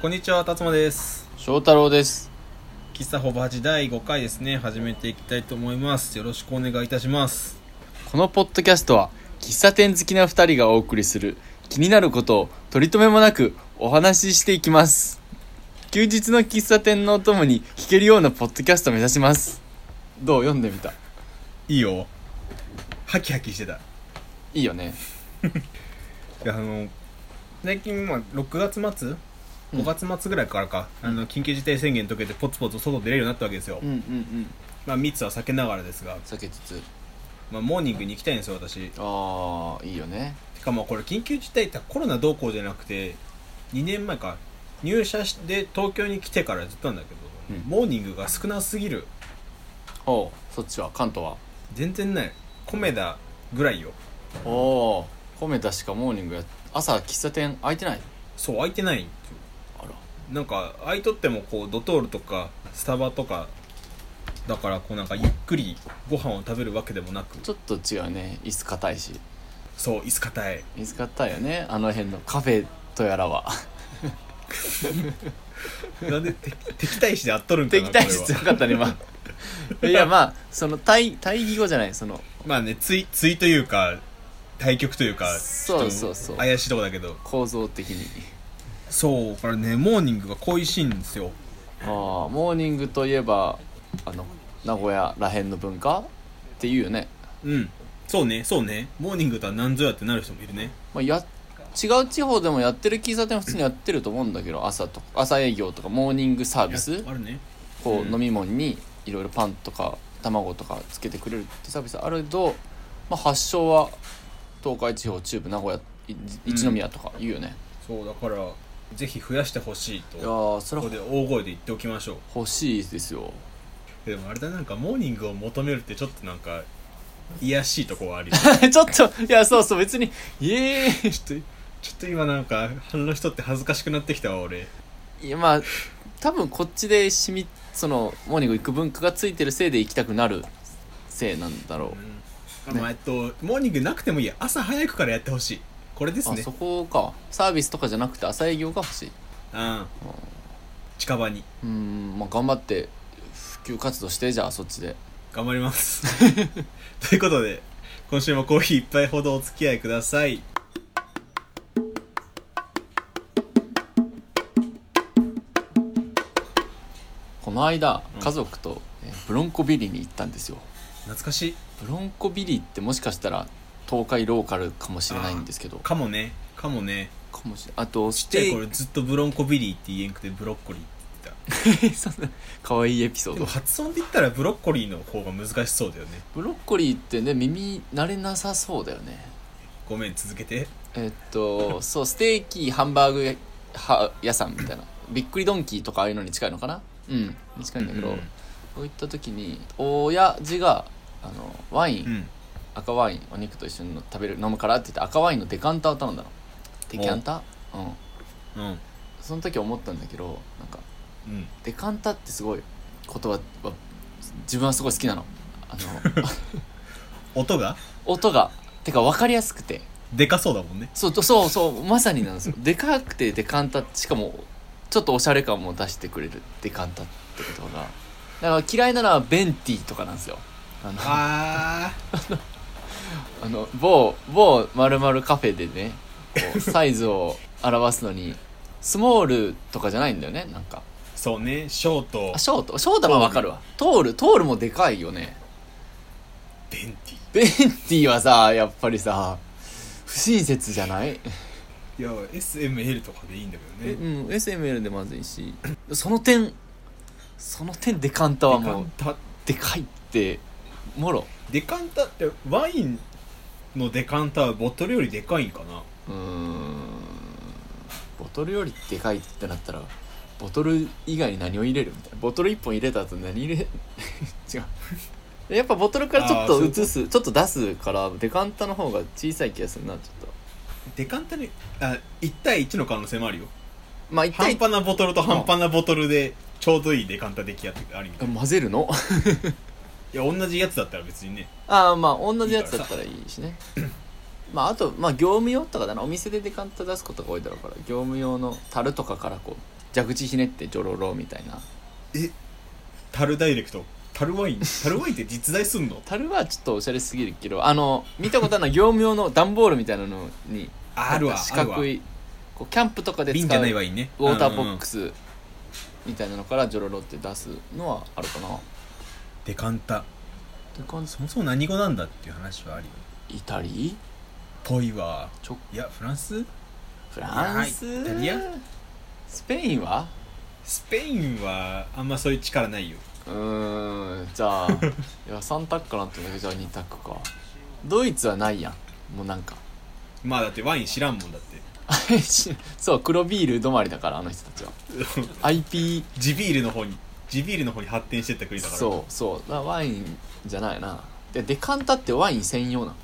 こんにちは、辰馬です。翔太郎です喫茶ほぼ8第5回ですね、始めていきたいと思います。よろしくお願いいたします。このポッドキャストは喫茶店好きな2人がお送りする気になることを取り留めもなくお話ししていきます休日の喫茶店のお供に聞けるようなポッドキャストを目指しますどう読んでみたいいよ。ハキハキしてた。いいいよねや、あの、最近、まあ、6月末うん ?5 月末ぐらいからか、あの、緊急事態宣言解けてポツポツ外出れるようになったわけですよ。うんうんうんまあ、密は避けながらですが、避けつつまあ、モーニングに行きたいんですよ、私。ああいいよねしかもこれ緊急事態ってコロナどうこうじゃなくて2年前か入社して東京に来てからずっとなんだけど、うんモーニングが少なすぎるほうそっちは関東は全然ない米田ぐらいよおお米田しかモーニングや朝喫茶店開いてないそう空いてないんよあらなんか空いとってもこうドトールとかスタバとかだからこうなんかゆっくりご飯を食べるわけでもなくちょっと違うね椅子硬いしそう椅子硬い椅子硬いよねあの辺のカフェとやらはなんで敵 敵対視であっとるんかな敵対こ視れ強はかったね今 いやまあその対対義語じゃないそのまあねついついというか対局というかそうそうちそうょっと怪しいとこだけど構造的にそうこれねモーニングが恋しいんですよああモーニングといえばあの名古屋らへんの文化っていうよね、うんそうねそうねモーニングとは何ぞやってなる人もいるねまあ、や違う地方でもやってる喫茶店は普通にやってると思うんだけど朝と朝営業とかモーニングサービスあるねうこうん飲み物にいろいろパンとか卵とかつけてくれるってサービスあるけど、まあ、発祥は東海地方中部名古屋い一宮とか言うよね、そうだからぜひ増やしてほしいいやとーそれここはで大声で言っておきましょう欲しいですよでもあれだなんかモーニングを求めるってちょっとなんか癒やしいとこはありちょ ちょっといやそうそう別にイエーっと ちょっと今なんか反応しとって恥ずかしくなってきたわ俺イいやまあ多分こっちでしみそのモーニング行く文化がついてるせいで行きたくなるせいなんだろあまあえっとモーニングなくてもいいや朝早くからやってほしいこれでう、すねあそこかサービスとかじゃなくて朝営業が欲しいうん近場にうーんまあ頑張って普及活動してじゃあそっちで頑張ります ということで今週もコーヒー一杯ほどお付き合いくださいこの間うん家族とえーブロンコビリーに行ったんですよ懐かしいブロンコビリーってもしかしたら東海ローカルかもしれないんですけどかかもねかもねもしれあとちスっちゃいテー頃ずっとブロンコビリーって言えんくてブロッコリーって言ってキ そんな可愛いエピソたーでドも発音で言ったらブロッコリーの方が難しそうだよねブロッコリーってね耳慣れなさそうだよねごめん続けてえっとそうステーキハンバーグやは屋さんみたいなびっくりドンキーとかああいうのに近いのかなうんに近いんだけど、うんうんそういった時に親父があのワイン、うん赤ワインお肉と一緒にの食べる飲むからって言って赤ワインのデカンタを頼んだのデキャンタうんうんその時思ったんだけどなんかうんデカンタってすごい言葉は自分はすごい好きなの あの音が音がてか分かりやすくてでかそうだもんねそうとそうそうまさになんですよでかくてデカンタしかもちょっとおしゃれ感も出してくれるデカンタってことがだから嫌いなのはベンティとかなんですよあのああの某某まるカフェでねこうサイズを表すのにスモールとかじゃないんだよねなんかそうねショートあショートショートはわかるわトールトールもでかいよねベンテベンティはさやっぱりさ不親切じゃないィいや SML とかでいいんだけえどうねん SML でまずいしその点その点デカンタはもうデカンタでかいってもろデカンタってワインのデカンタはボトルよりでかいんかなうーんボトルよりでかいってなったらボトル以外に何を入れるみたいなボトル1本入れた後何入れ 違うやっぱボトルからちょっあーとそういう移ことすちょっと出すからデカンタの方が小さい気がするなちょっとデカンタにあ1対1の可能性もあるよまあ一半体端なボトルと半端なボトルでちょうどいいデカンタ出来やってある意味混ぜるのいや同じやつだったら別にねああまあ同じやつだったらいいしねまああとまあ業務用とかだなお店でデカンタ出すことが多いだろうから業務用の樽とかからこう蛇口ひねってジョロロみたいな樽ダイレクト樽ワイン樽ワインって実在すんの樽はちょっとおしゃれすぎるけどあの見たことあるのは業務用の段ボールみたいなのに あるなわんか四あるわ角いこうキャンプとかで使瓶じゃうないウォワインねーターボックス、スみたいなのからジョロロって出すのはあるかなってデカンタ感じそもそも何語なんだっていう話はあるよイタリぽいわちょいやフランスフランスいやイタリアスペインはスペインはあんまそういう力ないようーんじ ゃあいや3択かなって思うけどじゃあ2択かドイツはないやんもうなんか まあだってワイン知らんもんだってそう黒ビール止まりだからあの人たち は IP 地ビールの方に地ビールの方に発展してった国だからそうそうだからワインじゃないなでデカンタってワイン専用な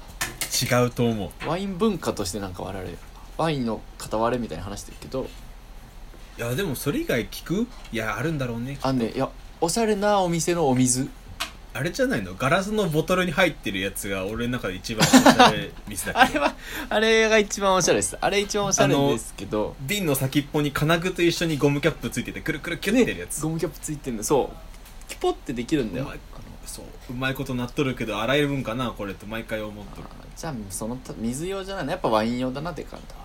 違うと思うのワイン文化としてなんか我々ワインの片割れみたいな話してるけどいやでもそれ以外聞くいやあるんだろうねあんねいやおしゃれなお店のお水あれじゃないのガラスのボトルに入ってるやつが俺の中で一番おしゃれミスだけどあれはあれが一番おしゃれですあれ一番おしゃれですけど瓶の先っぽに金具と一緒にゴムキャップついててくるくるキュッてるやつ、ゴムキャップついてんだそうキュポってできるんだようまいあのそううまいことなっとるけど洗えるんかなこれって毎回思っとるあじゃあその他水用じゃないのやっぱワイン用だなデカンタは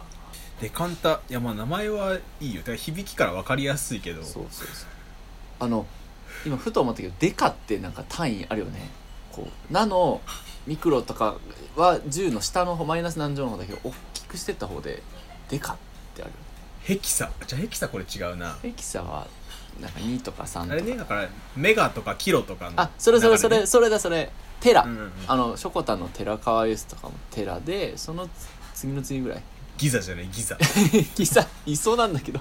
デカンタいやまあ名前はいいよだから響きから分かりやすいけどそうそうそうあの今ふと思ったけどデカってなんか単位あるよねこうナノミクロとかは10の下の方マイナス何乗の方だけど大きくしてった方でデカってあるヘキサじゃあヘキサこれ違うなエキサはなんか2とか3とかあれねだからメガとかキロとかのあそれそれそれ流それだそれテラ、ねうんうんうんあのショコタンのテラカワユスとかもテラでその次の次ぐらい ギザじゃないギザギザいそうなんだけど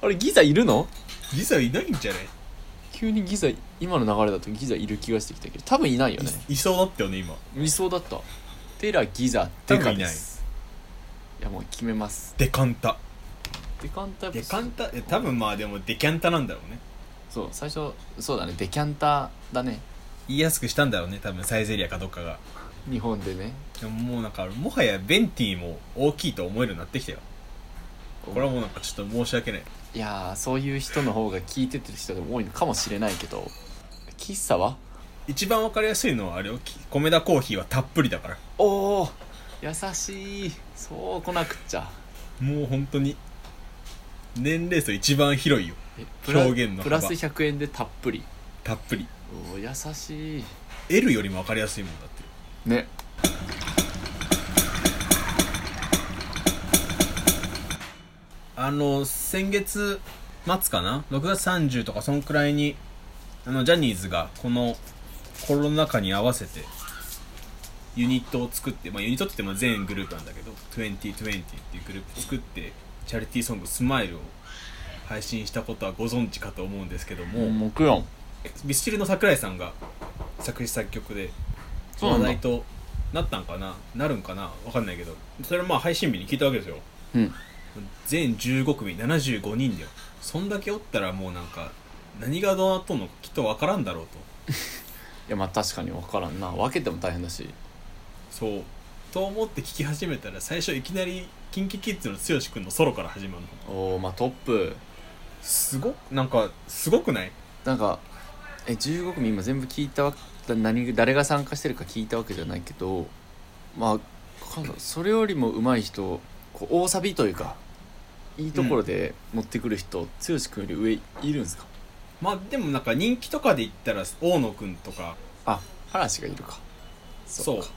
あれギザいるのギザいないんじゃない急にギザ今の流れだとギザいる気がしてきたけど多分いないよねいいそうだったよね今いそうだったテラギザデカですいやもう決めますデカンタデカンタやっぱデカンタえ多分まあでもデキャンタなんだろうねそう最初そうだねデキャンタだね言いやすくしたんだろうね多分サイゼリアかどっかが日本でねでももうなんかもはやベンティも大きいと思えるようになってきたよこれはもうなんかちょっと申し訳ないいやーそういう人の方が聞いててる人でも多いのかもしれないけど喫茶は一番わかりやすいのはあれよき米田コーヒーはたっぷりだからおお優しいそう来なくっちゃもう本当に年齢層一番広いよえプラ表現の幅プラス100円でたっぷりたっぷりおー優しい L よりもわかりやすいもんだってねあの先月末かな6月30とかそんくらいにあのジャニーズがこのコロナ禍に合わせてユニットを作って、まあ、ユニットって言っても全グループなんだけど2020っていうグループ作ってチャリティーソング「スマイルを配信したことはご存知かと思うんですけども、木曜ミスチルの桜井さんが作詞作曲でそうな話んだ題となったんかななるんかなわかんないけどそれはまあ配信日に聞いたわけですようん全15組75人だよそんだけおったらもうなんか何がどうなっとんのかきっとわからんだろうといやまあ確かに分からんな分けても大変だしそうと思って聞き始めたら最初いきなり KinKiKids の剛君のソロから始まるのおおまあトップすごっなんかすごくないなんかえ15組今全部聞いたわだ何誰が参加してるか聞いたわけじゃないけどまあかんないそれよりも上手い人こう大サビというかいいところで持ってくる人、剛君より上いるんですかまあでもなんか人気とかで言ったら大野君とかあ嵐がいるかそうか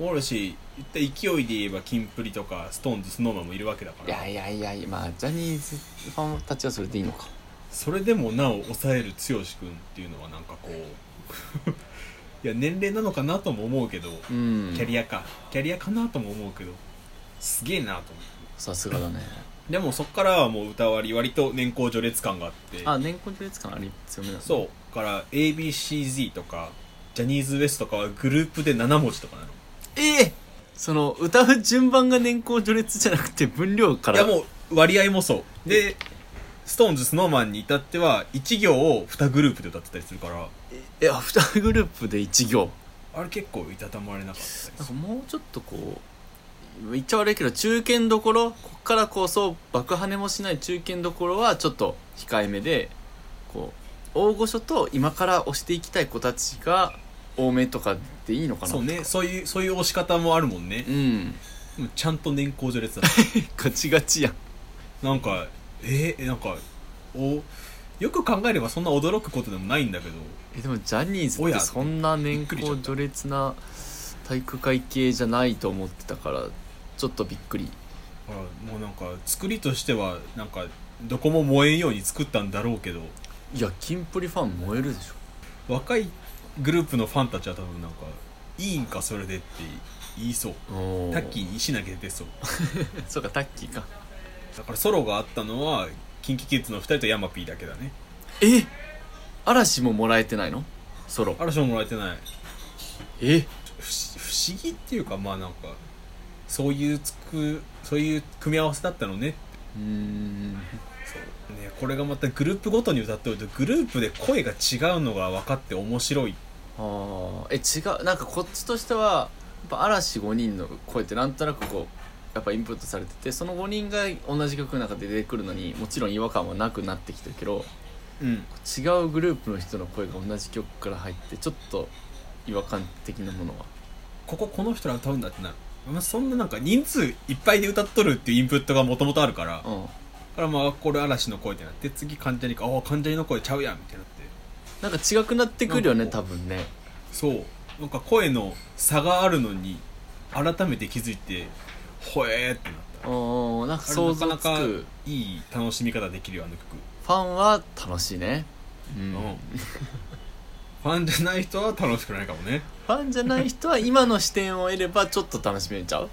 おるし言った勢いで言えばキンプリとかストーンズスノーマンもいるわけだかいやらいやいやいやまあジャニーズファンたちはそれでいいのかそれでもなお抑える剛君っていうのはなんかこう いや年齢なのかなとも思うけどうんキャリアかキャリアかなとも思うけどすげえなと思うさすがだねでもそっからはもう歌割り割と年功序列感があってあ年功序列感あり強めなのそうだから ABCZ とかジャニーズ WEST とかはグループで7文字とかなのええその歌う順番が年功序列じゃなくて分量かいらやもう割合もそうで SixTONES ノーマンに至っては1行を2グループで歌ってたりするからえアフターグループで1行あれ結構いたたまれなかったですなんかもうちょっとこう言っちゃ悪いけど中堅どころこっからこうそう爆跳ねもしない中堅どころはちょっと控えめでこう大御所と今から押していきたい子たちが多めとかでいいのかなそうねそういうそういう押し方もあるもんねうんでもちゃんと年功序列だ ガチガチやんなんかえー、なんかおよく考えればそんな驚くことでもないんだけどえでもジャニーズおってやそんなび年っくりしちゃ功った序列な体育会系じゃないと思ってたからちょっとびっくりあもうなんか作りとしてはなんかどこも燃えんように作ったんだろうけどいやキンプリファン燃えるでしょ若いグループのファンたちは多分なんかいいんかそれでって言いそうタッキー石投げてそうそうかタッキーかだからソロがあったのは KinKiKids の2人とヤマピーだけだねえ嵐ももらえてないのソロ嵐ももらえてないえ不思不思議っていうかまあなんかそういうつくそういう組み合わせだったのねうーんそうねこれがまたグループごとに歌っておるとグループで声が違うのが分かって面白いああえ違うなんかこっちとしてはやっぱ嵐5人の声ってなんとなくこうやっぱインプットされててその5人が同じ曲の中で出てくるのにもちろん違和感はなくなってきてるけどうん違うグループの人の声が同じ曲から入ってちょっと違和感的なものはこここの人ら歌うんだってなる、まあ、そんななんか人数いっぱいで歌っとるっていうインプットがもともとあるからだうんからまあこれ嵐の声ってなって次関ジャニかああ関ジャニの声ちゃうやんみたいになってなんか違くなってくるよねなんか多分ねそうなんか声の差があるのに改めて気づいてほえーってなったうんなんかあれ想像なつかなかくいい楽しみ方できるよあの曲、ファンは楽しいねうんうんファンじゃない人は楽しくないかもねファンじゃない人は今の視点を得ればちょっと楽しめちゃう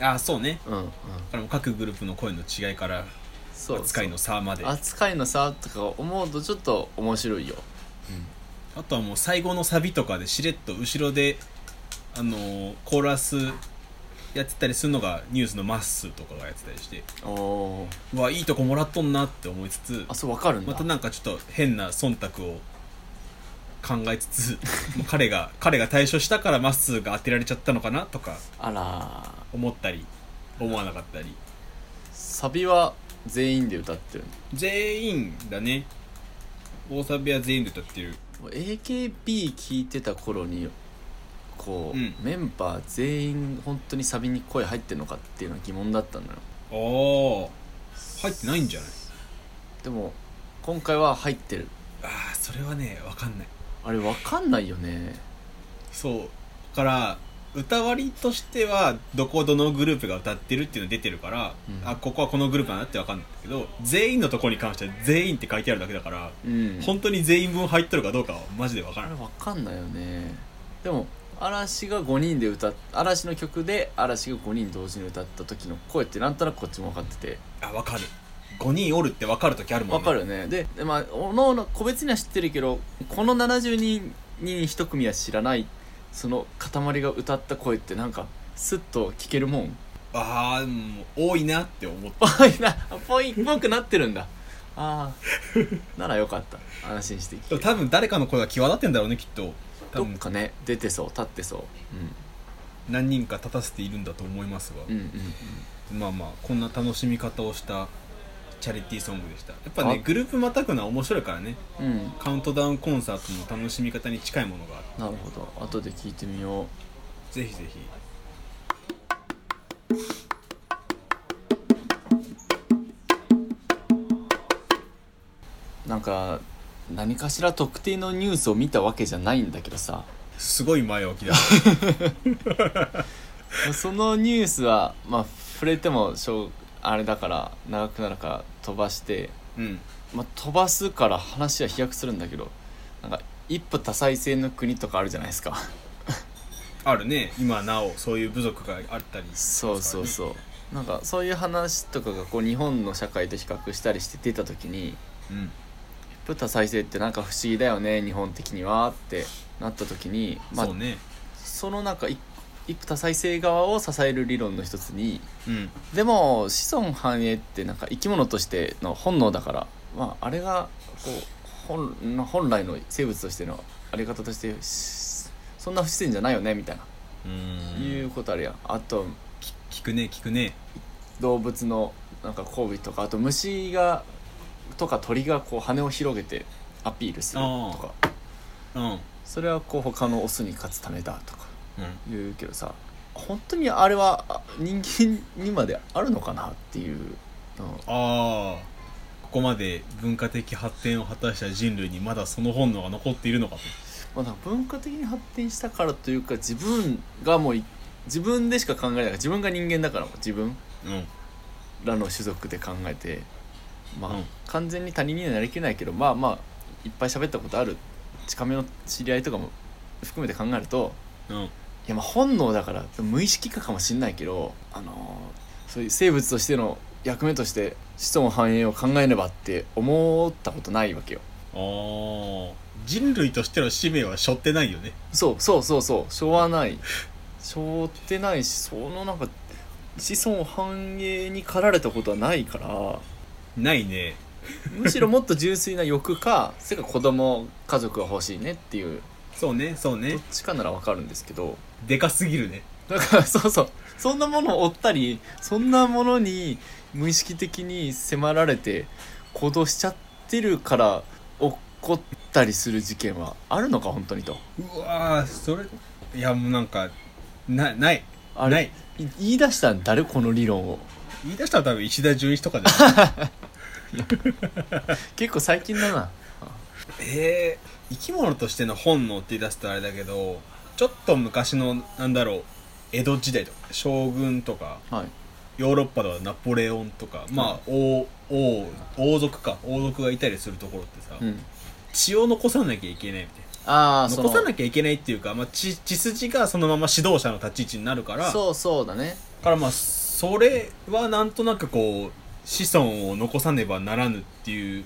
ああそうねうんうんだからもう各グループの声の違いからそう扱いの差までそう扱いの差とか思うとちょっと面白いよあとはもう最後のサビとかでしれっと後ろであのーコーラスやってたりするのがニュースのまっすーとかがやってたりしておおーうわいいとこもらっとんなって思いつつあそうわかるんだ、またなんかちょっと変な忖度を考えつ つもう彼が彼が対処したからまっすーが当てられちゃったのかなとかあら思ったり思わなかったりーサビは全員で歌ってる全員だね大サビは全員で歌ってる AKB 聞いてた頃にこう、うんメンバー全員本当にサビに声入ってるのかっていうのは疑問だったのあよあ入ってないんじゃないでも今回は入ってるああそれはね分かんないあれわかんないよねそうだから歌割りとしてはどこどのグループが歌ってるっていうの出てるから、うんあここはこのグループだなって分かんないけど全員のとこに関しては全員って書いてあるだけだから、うん本当に全員分入っとるかどうかはマジで分からあんれわかんないよねでも嵐が5人で歌っ嵐の曲で嵐が5人同時に歌った時の声ってなんとなくこっちも分かっててあ分かる5人おるって分かる時あるもん分かるよねででまあおのおの個別には知ってるけどこの70人に1組は知らないその塊が歌った声ってなんかスッと聞けるもん ああもう多いなって思ったぽいなぽいぽくなってるんだああならよかった安心してで聞もけ多分誰かの声が際立ってんだろうねきっと多どっ分かね出てそう立ってそう、何人か立たせているんだと思いますが、うん、うんうんまあまあこんな楽しみ方をしたチャリティーソングでしたやっぱあねグループまたくのは面白いからねうんうんカウントダウンコンサートの楽しみ方に近いものがあるなるほど後で聞いてみようぜひぜひなんか何かしら特定のニュースを見たわけじゃないんだけどさすごい前置きだ そのニュースはまあ触れてもしょうあれだから長くなるから飛ばして、うんまあ、飛ばすから話は飛躍するんだけどなんか一夫多妻制の国とかあるじゃないですかあるね今なおそういう部族があったりそうそううそうなんかそういう話とかがこう日本の社会と比較したりして出た時にうん一夫多妻制ってなんか不思議だよね日本的にはってなった時にまあそうねそのなんか一一夫多妻制側を支える理論の一つにうんでも子孫繁栄ってなんか生き物としての本能だから、まあ、あれがこう本本来の生物としてのあり方としてしそんな不自然じゃないよねみたいな、うんいうことあるやんあとき聞くね聞くね動物のなんか交尾とかあと虫がとか鳥がこう羽を広げてアピールするとかうんうんそれはこう他のオスに勝つためだとか言うけどさ本当にあれはあ人間にまであるのかなっていう、うんああここまで文化的発展を果たした人類にまだその本能が残っているのかとまあ、なんか文化的に発展したからというか自分がもうい自分でしか考えないから自分が人間だからもう自分うんらの種族で考えてまあ、うん完全に他人にはなりきれないけどまあまあいっぱい喋ったことある近めの知り合いとかも含めて考えるとうんいやまあ本能だから無意識化かもしんないけど、あのーそういう生物としての役目として子孫繁栄を考えねばって思ったことないわけよ。ああ人類としての使命は背負ってないよねそうそうそうそうしょうがないしょってないしそのなんか子孫繁栄に駆られたことはないからないねむしろもっと純粋な欲かそれか子供家族が欲しいねっていうそうねそうどねっちかならわかるんですけどでかすぎるねだからそうそうそんなものを追ったりそんなものに無意識的に迫られて行動しちゃってるから起こったりする事件はあるのか本当にとうわーそれいやもうなんかなないあなれいい言い出したん誰この理論を言い出したら多分石田純一とかじ ゃない結構最近だなえー、生き物としての本能って言い出すとあれだけどちょっと昔のなんだろう江戸時代とか将軍とかはいヨーロッパではナポレオンとかまあ王王王族か王族がいたりするところってさ、うん、血を残さなきゃいけないみたいなああ残さなきゃいけないっていうか、まあ、血血筋がそのまま指導者の立ち位置になるからだそうそうだねからまあそれはなんとなくこう子孫を残さねばならぬっていう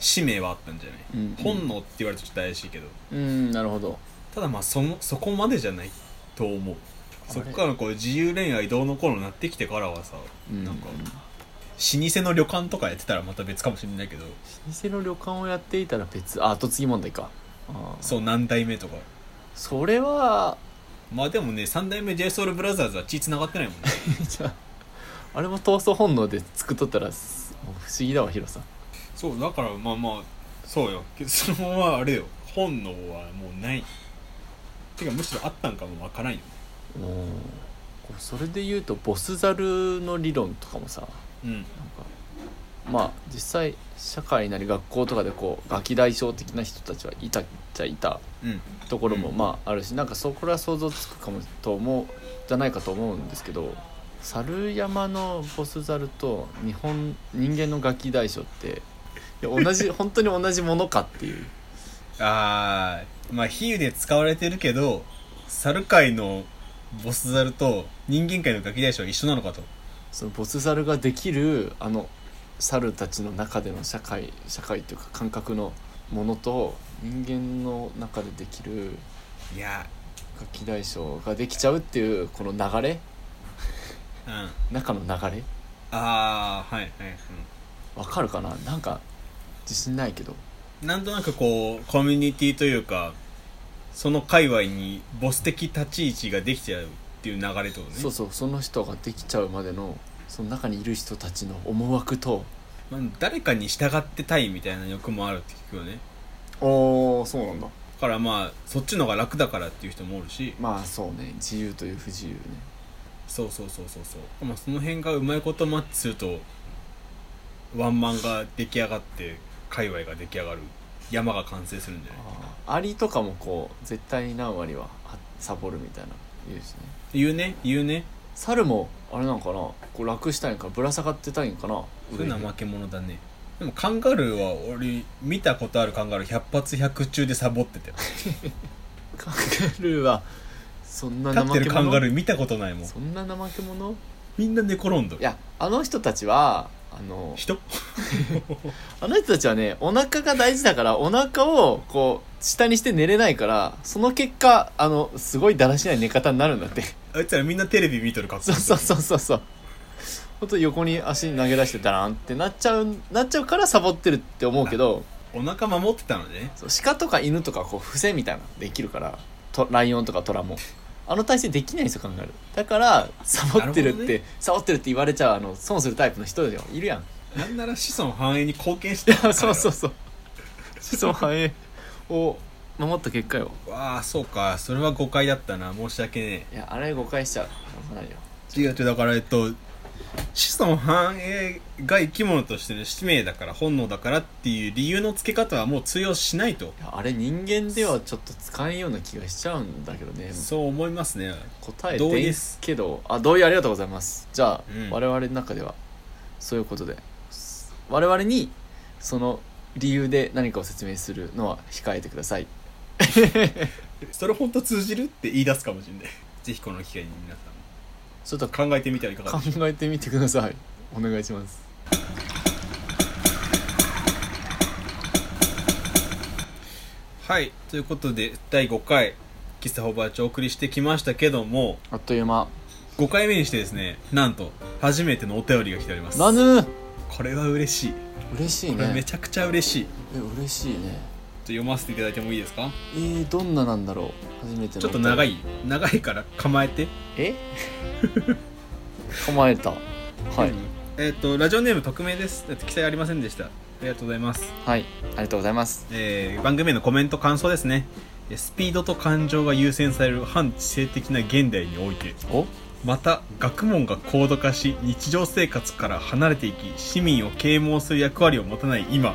使命はあったんじゃない、うん本能って言われるとちょっと怪しいけどうんなるほどただまあそのそこまでじゃないと思うあそれこからこう自由恋愛どうのこうのなってきてからはさ、うんなんか老舗の旅館とかやってたらまた別かもしれないけど老舗の旅館をやっていたら別あ後継ぎ問題かあーそう何代目とかそれは まあでもね3代目 JSOULBROTHERS は血繋がってないもんねじゃああれも闘争本能で作っとったらすもう不思議だわヒロさん そうだからまあまあそうよけどそのままあれよ本能はもうないてかむしろあったんかもわからんよねうんこうそれで言うとボスザルの理論とかもさうんなんかまあ実際社会なり学校とかでこうガキ大将的な人たちはいたっちゃいたうんところもうんまああるし、なんかそこら想像つくかもと思うじゃないかと思うんですけど猿山のボスザルと日本人間のガキ大将っていや 同じ本当に同じものかっていうあーまあ比喩で使われてるけど猿界のボス猿と人間界のガキ大将は一緒なのかとそのボスザルができるあの猿たちの中での社会社会というか感覚のものと人間の中でできるいやガキ大将ができちゃうっていうこの流れうんあ中の流れあーはいはい、わかるかななんか自信ないけどうん、なんとなくこうコミュニティというかその界隈にボス的立ち位置ができちゃうっていう流れってことねそうそうその人ができちゃうまでのその中にいる人たちの思惑とまあ、誰かに従ってたいみたいな欲もあるって聞くよねだおおそうなんだからまあそっちの方が楽だからっていう人もおるしまあそうね自由という不自由ねそうそうそうそうそう、まあ、その辺がうまいことマッチするとワンマンが出来上がって界隈が出来上がる山が完成するんじゃないっあーアリとかもこう絶対に何割はあサボるみたいな言うしねて言うね言うね猿もあれなんかなこう楽したいんかぶら下がってたいんかなそういうのは上負け者だねでもカンガルーは俺見たことあるカンガルー100発100中でサボっててにカンガルーはそんな立って怠るけカンガル者ー見たことないもんそんな怠け者みんな寝転んどいるやあの人たちはあの人あの人たちはね、お腹が大事だから、お腹をこう、下にして寝れないから、その結果、あの、すごいだらしない寝方になるんだって。 あいつらみんなテレビ見とる格好そうそうそうそうそう。ほんと横に足投げ出してダランってなっちゃう、なっちゃうからサボってるって思うけど、お腹守ってたのねそう鹿とか犬とかこう、伏せみたいなのできるから、とライオンとかトラも。あの体勢できないんですよ考えるだからサボってるなるっほどて、サボってるって言われちゃうあの損するタイプの人よいるやんなんなら子孫繁栄に貢献してた そうそううそう子孫繁栄を守った結果よわあそうかそれは誤解だったな申し訳ねいやあれ誤解しちゃう危ないよえ違う違うだからえっと子孫繁栄が生き物としての使命だから本能だからっていう理由の付け方はもう通用しないといやあれ人間ではちょっと使えんような気がしちゃうんだけどねそう思いますね答え同意てでんすけどあ同意ありがとうございますじゃあ、うん我々の中ではそういうことで s- 我々にその理由で何かを説明するのは控えてくださいそれ本当通じるって言い出すかもしれないぜひこの機会に皆さちょっと考ん考えてみてはいかがでしょうかえてみてくださいお願いしますはいということで第5回喫茶ホバーチをお送りしてきましたけどもあっという間5回目にしてですねなんと初めてのお便りが来ておりますなぬこれは嬉しい嬉しいこれめねちゃくちゃ嬉しい、え嬉しいちねょっと読ませていただいてもいいですかえー、どんななんだろう初めてのちょっと長いい長いから構えてえ構えたはいえっ、とラジオネーム匿名ですえっと記載ありませんでしたありがとうございます、はいありがとうございますえー番組へのコメント感想ですねえスピードと感情が優先される反知性的な現代においておまた学問が高度化し日常生活から離れていき市民を啓蒙する役割を持たない今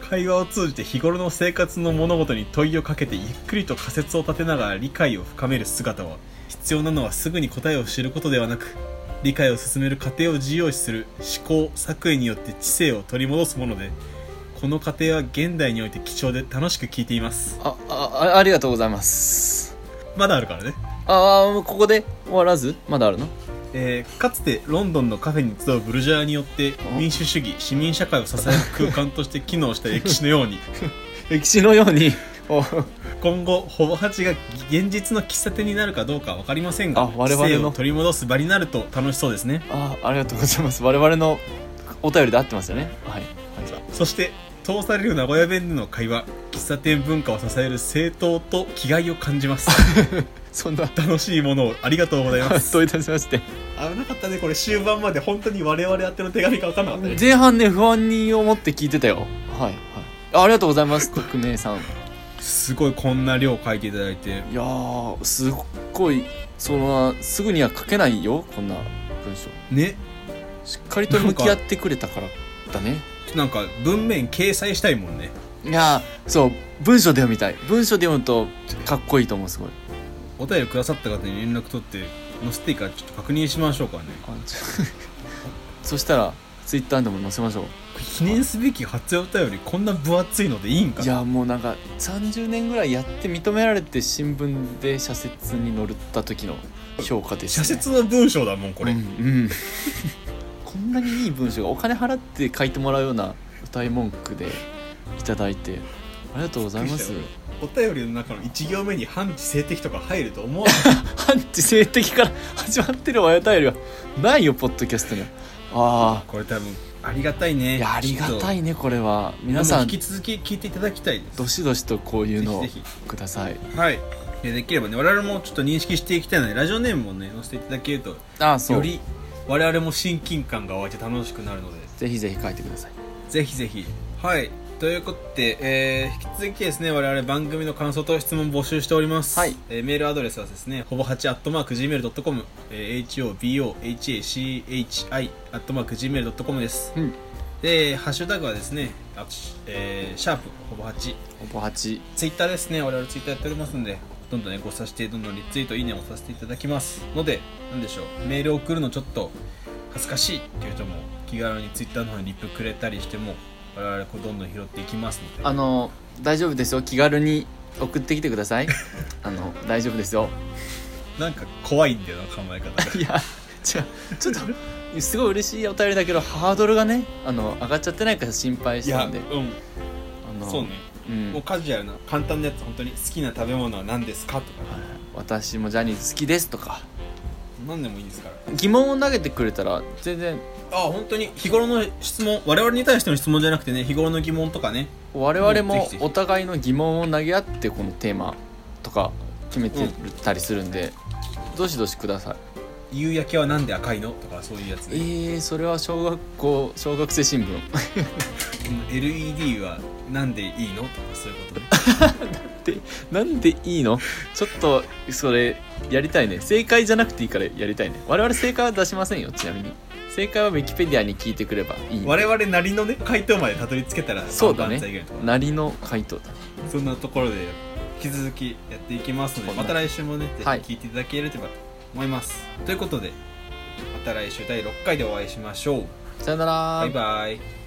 会話を通じて日頃の生活の物事に問いをかけてゆっくりと仮説を立てながら理解を深める姿は必要なのはすぐに答えを知ることではなく理解を進める過程を重要視する思考作為によって知性を取り戻すものでこの過程は現代において貴重で楽しく聞いていますあああありがとうございますまだあるからねああここで終わらずまだあるのえーかつてロンドンのカフェに集うブルジャーによって民主主義市民社会を支える空間として機能した 歴史のように歴史のようにお今後ほぼ八が現実の喫茶店になるかどうかは分かりませんあが我々の知性を取り戻す場になると楽しそうですねあありがとうございます我々のお便りで合ってますよねはい、はい、そして通される名古屋弁での会話喫茶店文化を支える政党と気概を感じ ますそんな楽しいものをありがとうございますどういたしまして 危なかったねこれ終盤まで本当に我々宛ての手紙が分かんなかったね前半ね不安に思って聞いてたよはいはいあありがとうございます匿名さんすごいこんな量書いていただいていやーすっごいそのすぐには書けないよこんな文章ねしっかりと向き合ってくれたからだねなんか文面掲載したいもんねいやーそう文章で読みたい文章で読むとかっこいいと思うす ごいお便りくださった方に連絡取って載せていいかちょっと確認しましょうかねあちょそしたらツイッターでも載せましょう記念すべき初お便りこんな分厚いのでいいんかいやもうなんか30年ぐらいやって認められて新聞で社説に載った時の評価です、社ね、説の文章だもんこれ、うん、うん、 こんなにいい文章がお金払って書いてもらうような歌い文句でいただいてありがとうございますびっくお便りの中の1行目に反知性的とか入ると思わなかっ反知性的から 始まってるお便りはないよポッドキャストにはあたこれ多分ありがたいあねいやありがたいねねこれは皆皆ささんん引き続き聞いていただきたいですどしどしとこういうのをぜひぜくださいはいでできればね我々もちょっと認識していきたいのでラジオネームもね載せていただけるとああそうより我々も親近感が湧いて楽しくなるのでぜひぜひ書いてくださいぜひぜひ。はい。ということで、えー、引き続きですね、我々番組の感想と質問募集しております。はいえーメールアドレスはですね、ほぼ8アットマーク Gmail.com、えー、hobohachi アットマーク Gmail.com です。うんで、ハッシュタグはですね、あえー、シャープほぼ8。ほぼ8ツイッターですね、我々ツイッターやっておりますんで、どんどんね、ご指して、どんどんリツイート、いいねをさせていただきますので、なんでしょう、メールを送るのちょっと恥ずかしいっていう人も、気軽にツイッターの方にリップくれたりしても、我々こうどんどん拾っていきますので、あの大丈夫ですよ気軽に送ってきてくださいあの大丈夫ですよなんか怖いんだよな、考え方が。 いやじゃあちょっとすごい嬉しいお便りだけどハードルがねあの上がっちゃってないから心配いしたんでうあのん、そうね、うんもうカジュアルな、簡単なやつ、本当に好きな食べ物は何ですかとか、はい私もジャニーズ好きですとか何でもいいですから。疑問を投げてくれたら全然あ、本当に日頃の質問、我々に対しての質問じゃなくてね、日頃の疑問とかね、我々うんもぜひぜひお互いの疑問を投げ合ってこのテーマとか決めてたりするんで、どしどしくださ夕焼けはなんで赤いのとかそういうやついえね、ー、それは小学校小学生新聞うん LED はなんでいいのとかそういうこ とねなんでいいのちょっとそれやりたいね正解じゃなくていいからやりたいね我々正解は出しませんよちなみに正解はウィキペディアに聞いてくればいい我々なりのね回答までたどり着けたらそうだね万々歳ぐらいのとこなりの回答だねそんなところで引き続きやっていきますのでこんなまた来週もねぜひはい聞いていただければと思います、ということでまた来週第6回でお会いしましょうさよならバイバイ